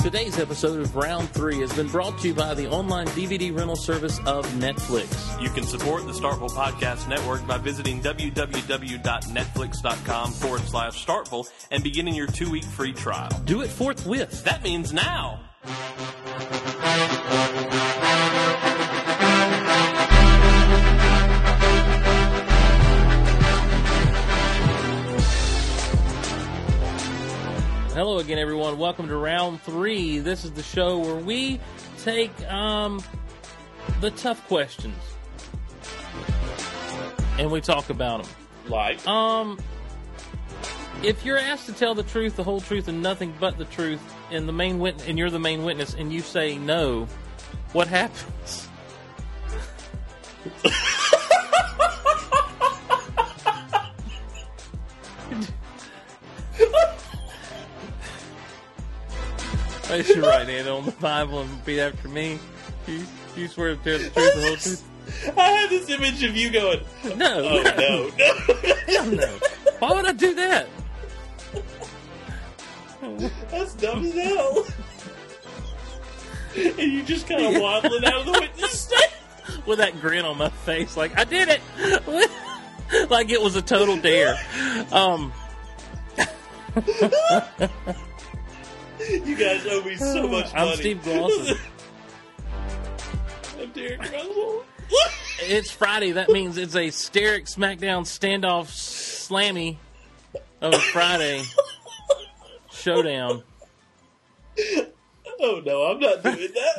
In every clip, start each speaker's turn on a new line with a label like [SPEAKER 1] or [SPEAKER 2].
[SPEAKER 1] Today's episode of Round 3 has been brought to you by the online DVD rental service of Netflix.
[SPEAKER 2] You can support the Startville Podcast Network by visiting www.netflix.com forward slash Startville and beginning your two week free trial.
[SPEAKER 1] Do it forthwith.
[SPEAKER 2] That means now.
[SPEAKER 1] Hello again, everyone. Welcome to Round 3. This is the show where we take um, the tough questions and we talk about them.
[SPEAKER 2] Like,
[SPEAKER 1] Um, if you're asked to tell the truth, the whole truth, and nothing but the truth, and the main wit- and you're the main witness, and you say no, what happens? I should write in on the Bible and repeat after me. Do you, do you swear to tell the truth, the whole truth?
[SPEAKER 2] I had this image of you going,
[SPEAKER 1] No.
[SPEAKER 2] oh no, no.
[SPEAKER 1] no. Why would I do that?
[SPEAKER 2] That's dumb as hell. and you just kind of waddling out of the witness stand.
[SPEAKER 1] with that grin on my face, like I did it, like it was a total dare. Um,
[SPEAKER 2] You guys owe me so much
[SPEAKER 1] I'm
[SPEAKER 2] money.
[SPEAKER 1] Steve Glosson.
[SPEAKER 2] I'm Derek Russell.
[SPEAKER 1] it's Friday. That means it's a steric SmackDown standoff slammy of a Friday showdown.
[SPEAKER 2] oh no, I'm not doing that.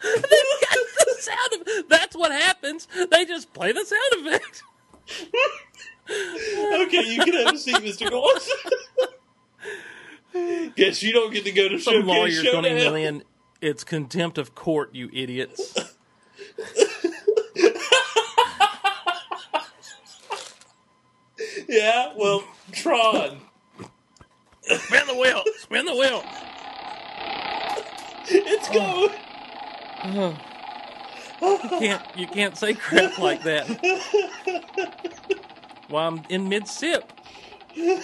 [SPEAKER 1] the sound of, that's what happens. They just play the sound effect.
[SPEAKER 2] okay, you can have a seat, Mr. Glosson. Guess you don't get to go to
[SPEAKER 1] Some
[SPEAKER 2] showcase
[SPEAKER 1] lawyer's going to
[SPEAKER 2] showdown.
[SPEAKER 1] email in. It's contempt of court, you idiots.
[SPEAKER 2] Yeah, well, Tron.
[SPEAKER 1] Spin the wheel. Spin the wheel.
[SPEAKER 2] It's going.
[SPEAKER 1] can't you can't say crap like that. While I'm in mid sip.
[SPEAKER 2] No,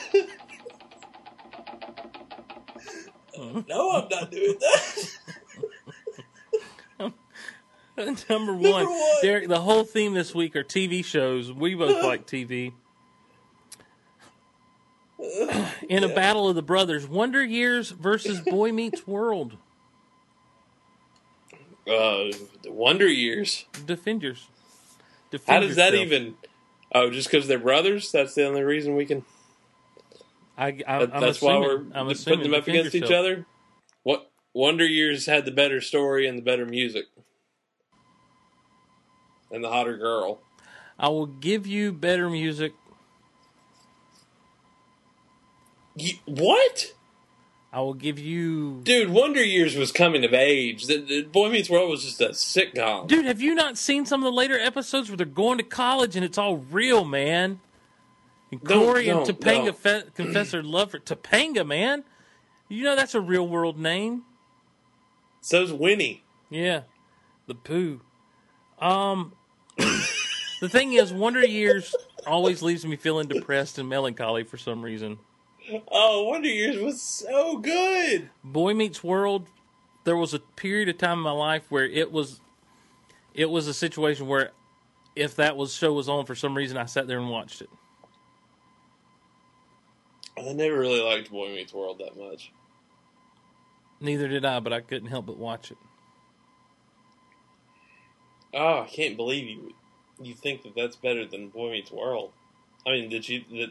[SPEAKER 2] I'm not doing that.
[SPEAKER 1] Number one,
[SPEAKER 2] one.
[SPEAKER 1] Derek. The whole theme this week are TV shows. We both like TV. In a battle of the brothers, Wonder Years versus Boy Meets World.
[SPEAKER 2] Uh, the Wonder Years.
[SPEAKER 1] Defend yours. Defend
[SPEAKER 2] How does that
[SPEAKER 1] yourself.
[SPEAKER 2] even? Oh, just because they're brothers? That's the only reason we can.
[SPEAKER 1] I, I,
[SPEAKER 2] That,
[SPEAKER 1] am
[SPEAKER 2] that's
[SPEAKER 1] assuming,
[SPEAKER 2] why we're
[SPEAKER 1] I'm
[SPEAKER 2] d-
[SPEAKER 1] assuming
[SPEAKER 2] putting them up
[SPEAKER 1] defend
[SPEAKER 2] against each
[SPEAKER 1] yourself.
[SPEAKER 2] other. What Wonder Years had the better story and the better music, and the hotter girl.
[SPEAKER 1] I will give you better music.
[SPEAKER 2] Ye- what,
[SPEAKER 1] I will give you.
[SPEAKER 2] dude? Wonder Years was coming of age. The, the Boy Meets World was just a sitcom.
[SPEAKER 1] Dude, have you not seen some of the later episodes where they're going to college and it's all real, man? And
[SPEAKER 2] Don't-
[SPEAKER 1] Corey and
[SPEAKER 2] don't,
[SPEAKER 1] Topanga
[SPEAKER 2] don't.
[SPEAKER 1] fe- confess their love for Topanga, man. You know that's a real world name.
[SPEAKER 2] So's Winnie.
[SPEAKER 1] Yeah, the poo. Um, the thing is, Wonder Years always leaves me feeling depressed and melancholy for some reason.
[SPEAKER 2] Oh, Wonder Years was so good.
[SPEAKER 1] Boy Meets World, there was a period of time in my life where it was, it was a situation where, if that was show was on for some reason, I sat there and watched it.
[SPEAKER 2] I never really liked Boy Meets World that much.
[SPEAKER 1] Neither did I, but I couldn't help but watch it.
[SPEAKER 2] Oh, I can't believe you. You think that that's better than Boy Meets World? I mean, did you? That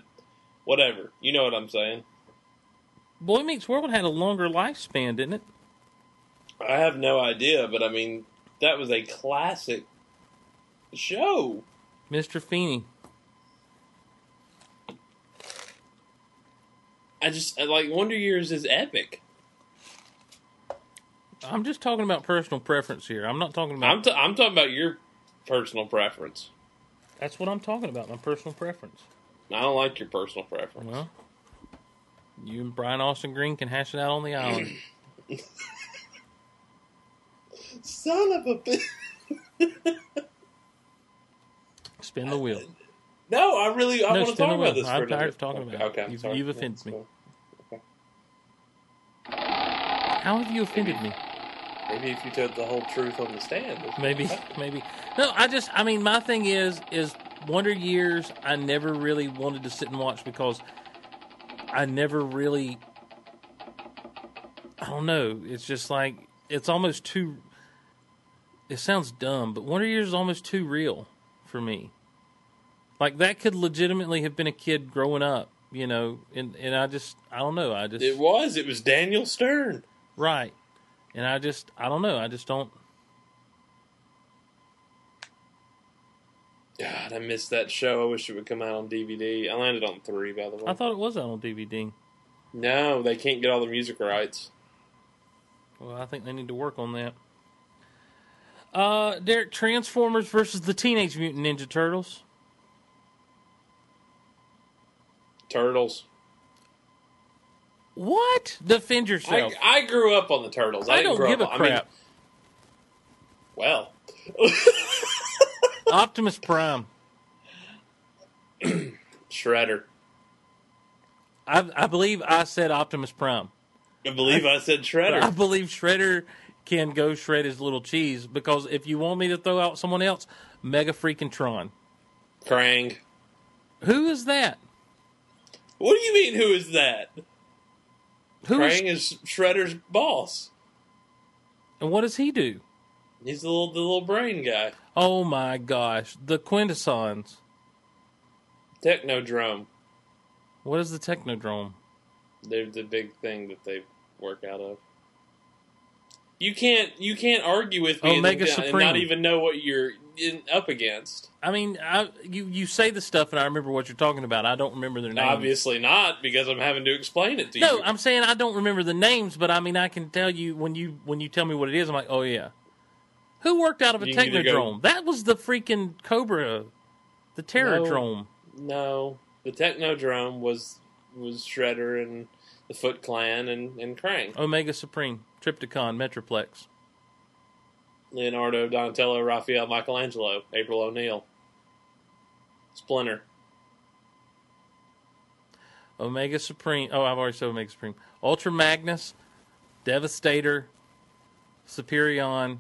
[SPEAKER 2] whatever. You know what I'm saying.
[SPEAKER 1] Boy Meets World had a longer lifespan, didn't it?
[SPEAKER 2] I have no idea, but I mean, that was a classic show.
[SPEAKER 1] Mr. Feeney.
[SPEAKER 2] I just I like Wonder Years is epic.
[SPEAKER 1] I'm just talking about personal preference here. I'm not talking about.
[SPEAKER 2] I'm t- I'm talking about your personal preference.
[SPEAKER 1] that's what I'm talking about. My personal preference.
[SPEAKER 2] I don't like your personal preference.
[SPEAKER 1] Well, you and Brian Austin Green can hash it out on the island.
[SPEAKER 2] Son of a bitch.
[SPEAKER 1] Spin the wheel.
[SPEAKER 2] No, I really I
[SPEAKER 1] No,
[SPEAKER 2] want to
[SPEAKER 1] spin
[SPEAKER 2] talk
[SPEAKER 1] the
[SPEAKER 2] about
[SPEAKER 1] wheel.
[SPEAKER 2] this. for
[SPEAKER 1] I'm
[SPEAKER 2] another-
[SPEAKER 1] tired of talking
[SPEAKER 2] okay,
[SPEAKER 1] about it.
[SPEAKER 2] Okay, I'm
[SPEAKER 1] You've-
[SPEAKER 2] sorry.
[SPEAKER 1] you've
[SPEAKER 2] Yeah,
[SPEAKER 1] offended me.
[SPEAKER 2] so
[SPEAKER 1] How have you offended me?
[SPEAKER 2] Maybe if you told the whole truth on the stand, it's-
[SPEAKER 1] Maybe, maybe. No, I just, I mean, my thing is, is Wonder Years. I never really wanted to sit and watch because I never really. I don't know. It's just like it's almost too. It sounds dumb, but Wonder Years is almost too real for me. Like that could legitimately have been a kid growing up, you know, and and I just, I don't know. I just
[SPEAKER 2] it was. It was Daniel Stern.
[SPEAKER 1] right, and I just, I don't know. I just don't.
[SPEAKER 2] God, I missed that show. I wish it would come out on DVD. I landed on three, by the way.
[SPEAKER 1] I thought it was out on DVD.
[SPEAKER 2] no, they can't get all the music rights.
[SPEAKER 1] Well, I think they need to work on that. Uh, Derek, Transformers versus the Teenage Mutant Ninja Turtles.
[SPEAKER 2] Turtles.
[SPEAKER 1] What? Defend yourself.
[SPEAKER 2] I, I grew up on the Turtles. I,
[SPEAKER 1] I,
[SPEAKER 2] didn't
[SPEAKER 1] don't
[SPEAKER 2] grow
[SPEAKER 1] give a
[SPEAKER 2] up on- I mean,
[SPEAKER 1] crap.
[SPEAKER 2] well,
[SPEAKER 1] Optimus Prime.
[SPEAKER 2] Shredder.
[SPEAKER 1] I, I believe I said Optimus Prime.
[SPEAKER 2] I believe I said
[SPEAKER 1] I
[SPEAKER 2] Shredder.
[SPEAKER 1] believe Shredder can go shred his little cheese because if you want me to throw out someone else, Mega Freaking Tron.
[SPEAKER 2] Krang.
[SPEAKER 1] Who is that?
[SPEAKER 2] What do you mean? Who is that?
[SPEAKER 1] Who is?
[SPEAKER 2] Krang is Shredder's boss.
[SPEAKER 1] and what does he do?
[SPEAKER 2] He's the little the little brain guy.
[SPEAKER 1] Oh my gosh, the Quintessons.
[SPEAKER 2] Technodrome.
[SPEAKER 1] What is the Technodrome?
[SPEAKER 2] They're the big thing that they work out of. You can't you can't argue with me
[SPEAKER 1] Omega
[SPEAKER 2] and, and
[SPEAKER 1] Supreme.
[SPEAKER 2] not even know what you're in, up against.
[SPEAKER 1] I mean, I, you you say the stuff, and I remember what you're talking about. I don't remember their names.
[SPEAKER 2] Obviously not, because I'm having to explain it to
[SPEAKER 1] No,
[SPEAKER 2] you.
[SPEAKER 1] I'm saying I don't remember the names, but I mean, I can tell you when you when you tell me what it is. I'm like, oh yeah, who worked out of a
[SPEAKER 2] You can either go-
[SPEAKER 1] technodrome? That was the freaking Cobra, the Terradrome.
[SPEAKER 2] no, the Technodrome was was Shredder and the Foot Clan and and Krang,
[SPEAKER 1] Omega Supreme, Tripticon, Metroplex.
[SPEAKER 2] Leonardo, Donatello, Raphael, Michelangelo, April O'Neil, Splinter.
[SPEAKER 1] Omega Supreme. Oh, I've already said Omega Supreme. Ultra Magnus, Devastator, Superion,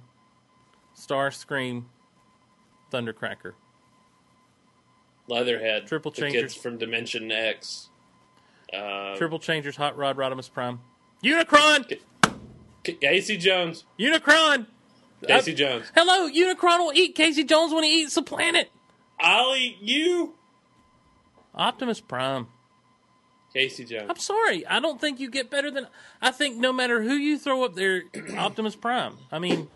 [SPEAKER 1] Starscream, Thundercracker.
[SPEAKER 2] Leatherhead,
[SPEAKER 1] Triple
[SPEAKER 2] the
[SPEAKER 1] Changers.
[SPEAKER 2] kids from Dimension X. Uh,
[SPEAKER 1] Triple Changers, Hot Rod, Rodimus Prime. Unicron!
[SPEAKER 2] Casey Jones,
[SPEAKER 1] Unicron!
[SPEAKER 2] Casey Jones.
[SPEAKER 1] Hello, Unicron will eat Casey Jones when he eats the planet.
[SPEAKER 2] Ollie, you,
[SPEAKER 1] Optimus Prime.
[SPEAKER 2] Casey Jones.
[SPEAKER 1] I'm sorry, I don't think you get better than. I think no matter who you throw up there, Optimus Prime. I mean,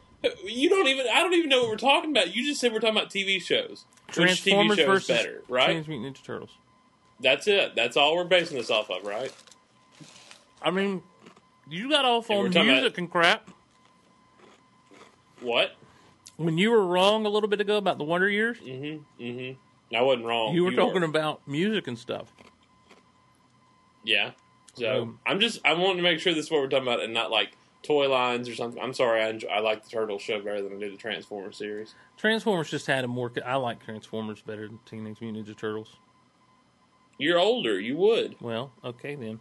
[SPEAKER 2] You don't even. I don't even know what we're talking about. You just said we're talking about TV shows. Which TV
[SPEAKER 1] Transformers
[SPEAKER 2] show is
[SPEAKER 1] versus
[SPEAKER 2] better, right?
[SPEAKER 1] Teenage Mutant Ninja Turtles.
[SPEAKER 2] That's it. That's all we're basing this off of, right?
[SPEAKER 1] I mean, you got off
[SPEAKER 2] And
[SPEAKER 1] on
[SPEAKER 2] we're talking
[SPEAKER 1] music and crap
[SPEAKER 2] What?
[SPEAKER 1] when you were wrong a little bit ago about the Wonder Years.
[SPEAKER 2] Mm-hmm. Mm-hmm. I wasn't wrong.
[SPEAKER 1] You were talking about music and stuff.
[SPEAKER 2] Yeah. So
[SPEAKER 1] Um,
[SPEAKER 2] I'm just. I wanted to make sure this is what we're talking about, and not like toy lines or something. I'm sorry. I enjoy, I like the Turtle show better than I do the Transformers series.
[SPEAKER 1] Transformers just had a more. I like Transformers better than Teenage Mutant Ninja Turtles.
[SPEAKER 2] You're older. You would.
[SPEAKER 1] Well, okay then.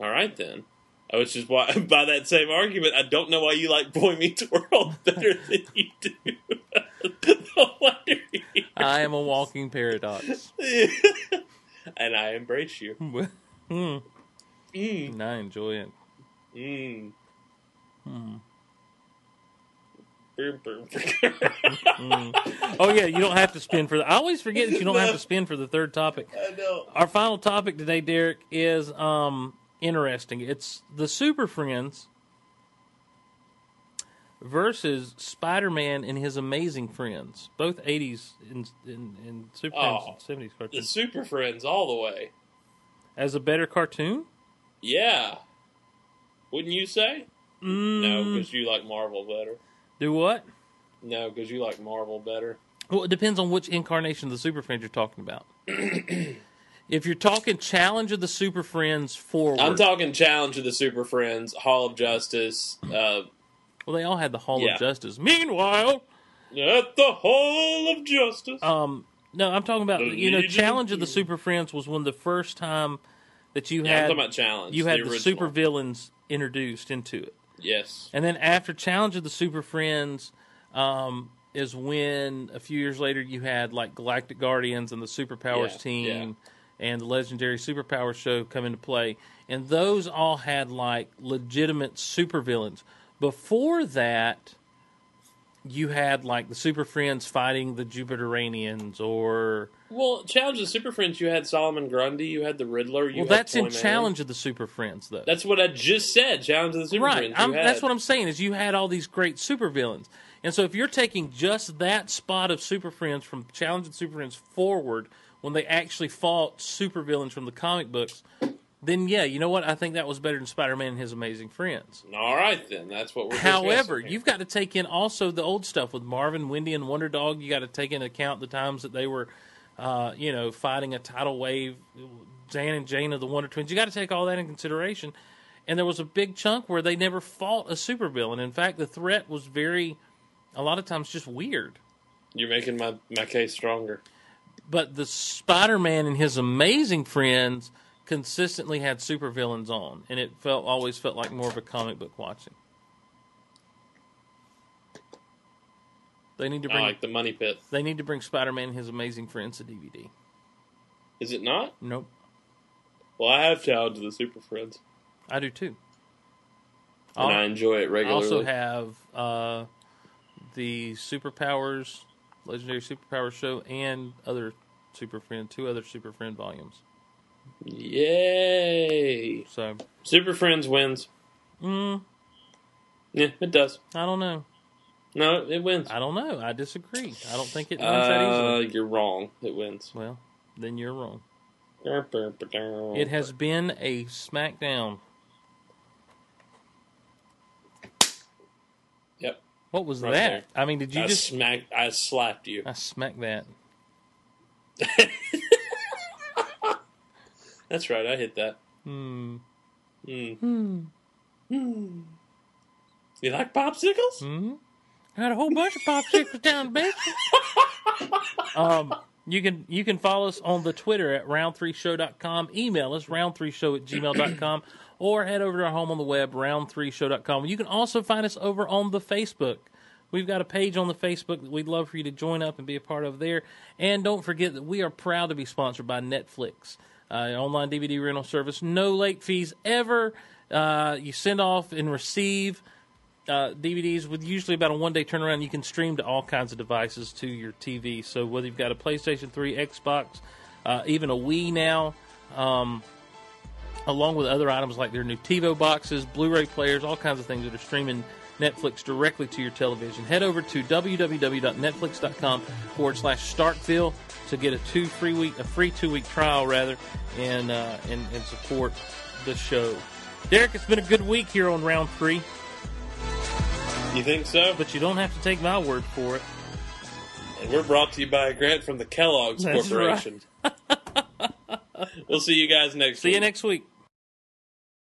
[SPEAKER 2] All right then. Which is why, by that same argument, I don't know why you like Boy Meets World better than you do. no wonder. you-
[SPEAKER 1] I am a walking paradox.
[SPEAKER 2] and I embrace you.
[SPEAKER 1] Mm,
[SPEAKER 2] Mm.
[SPEAKER 1] and I enjoy it.
[SPEAKER 2] Mm.
[SPEAKER 1] Hmm.
[SPEAKER 2] Brr, brr, brr.
[SPEAKER 1] Mm. Oh yeah, you don't have to spin for the. I always forget that you don't have to spin for the third topic.
[SPEAKER 2] I know.
[SPEAKER 1] Our final topic today, Derek, is um interesting. It's the Super Friends versus Spider-Man and his Amazing Friends, both '80s and and, and Super
[SPEAKER 2] Oh.
[SPEAKER 1] Friends and '70s
[SPEAKER 2] The
[SPEAKER 1] cartoons.
[SPEAKER 2] Super Friends all the way.
[SPEAKER 1] As a better cartoon?
[SPEAKER 2] Yeah. Wouldn't you say? No,
[SPEAKER 1] Mm,
[SPEAKER 2] because you like Marvel better.
[SPEAKER 1] Do what?
[SPEAKER 2] No, because you like Marvel better.
[SPEAKER 1] Well, it depends on which incarnation of the Super Friends you're talking about. if you're talking Challenge of the Super Friends forward,
[SPEAKER 2] I'm talking Challenge of the Super Friends, Hall of Justice, uh,
[SPEAKER 1] well, they all had the Hall
[SPEAKER 2] Yeah.
[SPEAKER 1] of Justice. Meanwhile,
[SPEAKER 2] At the Hall of Justice.
[SPEAKER 1] Um, no, I'm talking about
[SPEAKER 2] The
[SPEAKER 1] you know
[SPEAKER 2] Legion of
[SPEAKER 1] Challenge of the
[SPEAKER 2] Doom.
[SPEAKER 1] Super Friends was one of the first time that you
[SPEAKER 2] yeah, I'm
[SPEAKER 1] had
[SPEAKER 2] talking about Challenge.
[SPEAKER 1] you had
[SPEAKER 2] the,
[SPEAKER 1] the,
[SPEAKER 2] original.
[SPEAKER 1] super villains introduced into it,
[SPEAKER 2] Yes.
[SPEAKER 1] and then after Challenge of the Super Friends um, is when a few years later you had like Galactic Guardians and the Superpowers
[SPEAKER 2] Yeah,
[SPEAKER 1] team and the legendary Superpowers show come into play, and those all had like legitimate supervillains. Before that, you had like the Super Friends fighting the Jupiterians or
[SPEAKER 2] Well, Challenge of the Super Friends, you had Solomon Grundy, you had the Riddler. You
[SPEAKER 1] Well,
[SPEAKER 2] had
[SPEAKER 1] that's in
[SPEAKER 2] Toy Man.
[SPEAKER 1] Challenge of the Super Friends, though.
[SPEAKER 2] That's what I just said. Challenge of the Super
[SPEAKER 1] right.
[SPEAKER 2] Friends.
[SPEAKER 1] I'm, that's what I'm saying is you had all these great supervillains, and so if you're taking just that spot of Super Friends from Challenge of the Super Friends forward, when they actually fought supervillains from the comic books, then yeah, you know what? I think that was better than Spider-Man and His Amazing Friends.
[SPEAKER 2] All right, then. That's what we're.
[SPEAKER 1] However,
[SPEAKER 2] discussing here.
[SPEAKER 1] you've got to take in also the old stuff with Marvin, Wendy, and Wonder Dog. You got to take into account the times that they were, uh, you know, fighting a tidal wave. Dan and Jane of the Wonder Twins. You got to take all that in consideration. And there was a big chunk where they never fought a supervillain. In fact, the threat was very, a lot of times, just weird.
[SPEAKER 2] you're making my my case stronger.
[SPEAKER 1] But the Spider-Man and his amazing friends consistently had supervillains on, and it felt always felt like more of a comic book watching. They need to
[SPEAKER 2] I
[SPEAKER 1] bring
[SPEAKER 2] like the money pit.
[SPEAKER 1] they need to bring Spider-Man and his amazing friends to DVD.
[SPEAKER 2] Is it not?
[SPEAKER 1] Nope,
[SPEAKER 2] Well, I have Challenge of the Super Friends,
[SPEAKER 1] I do too.
[SPEAKER 2] and
[SPEAKER 1] I'll-
[SPEAKER 2] I enjoy
[SPEAKER 1] Oh. I
[SPEAKER 2] it regularly.
[SPEAKER 1] also have uh, the Superpowers, Legendary Superpowers show, and other Super Friend, two other Super Friend volumes.
[SPEAKER 2] Yay!
[SPEAKER 1] So,
[SPEAKER 2] Super Friends wins.
[SPEAKER 1] mm,
[SPEAKER 2] Yeah, it does.
[SPEAKER 1] I don't know.
[SPEAKER 2] No, it wins.
[SPEAKER 1] I don't know. I disagree. I don't think it wins that
[SPEAKER 2] Uh,
[SPEAKER 1] easily.
[SPEAKER 2] you're wrong. It wins.
[SPEAKER 1] Well, then you're wrong. It has been a SmackDown.
[SPEAKER 2] Yep.
[SPEAKER 1] What was
[SPEAKER 2] Right
[SPEAKER 1] that?
[SPEAKER 2] there.
[SPEAKER 1] I mean, did you
[SPEAKER 2] I
[SPEAKER 1] just? Uh.
[SPEAKER 2] smacked. I slapped you.
[SPEAKER 1] I smacked that.
[SPEAKER 2] That's right. I hit that.
[SPEAKER 1] Hmm.
[SPEAKER 2] Mm.
[SPEAKER 1] Hmm.
[SPEAKER 2] Hmm. You like popsicles?
[SPEAKER 1] Hmm. Got a whole bunch of popsicles down the basement. um, you can you can follow us on the Twitter at round3show.com. Email us round3show at gmail.com or head over to our home on the web, round3show.com. You can also find us over on the Facebook. We've got a page on the Facebook that we'd love for you to join up and be a part of there. And don't forget that we are proud to be sponsored by Netflix, uh, an online DVD rental service. No late fees ever. Uh, you send off and receive uh, DVDs with usually about a one day turnaround. You can stream to all kinds of devices to your TV. So whether you've got a PlayStation 3, Xbox, uh, even a Wii now, um, along with other items like their new TiVo boxes, Blu ray players, all kinds of things that are streaming Netflix directly to your television. Head over to www.netflix.com forward slash Starkville to get a two free week, a free two week trial rather, and, uh, and, and support the show. Derek, it's been a good week here on round three
[SPEAKER 2] You think so?
[SPEAKER 1] but you don't have to take my word for it.
[SPEAKER 2] And we're brought to you by a grant from the Kellogg's
[SPEAKER 1] That's
[SPEAKER 2] Corporation. we'll see you guys next
[SPEAKER 1] See
[SPEAKER 2] week.
[SPEAKER 1] you next week.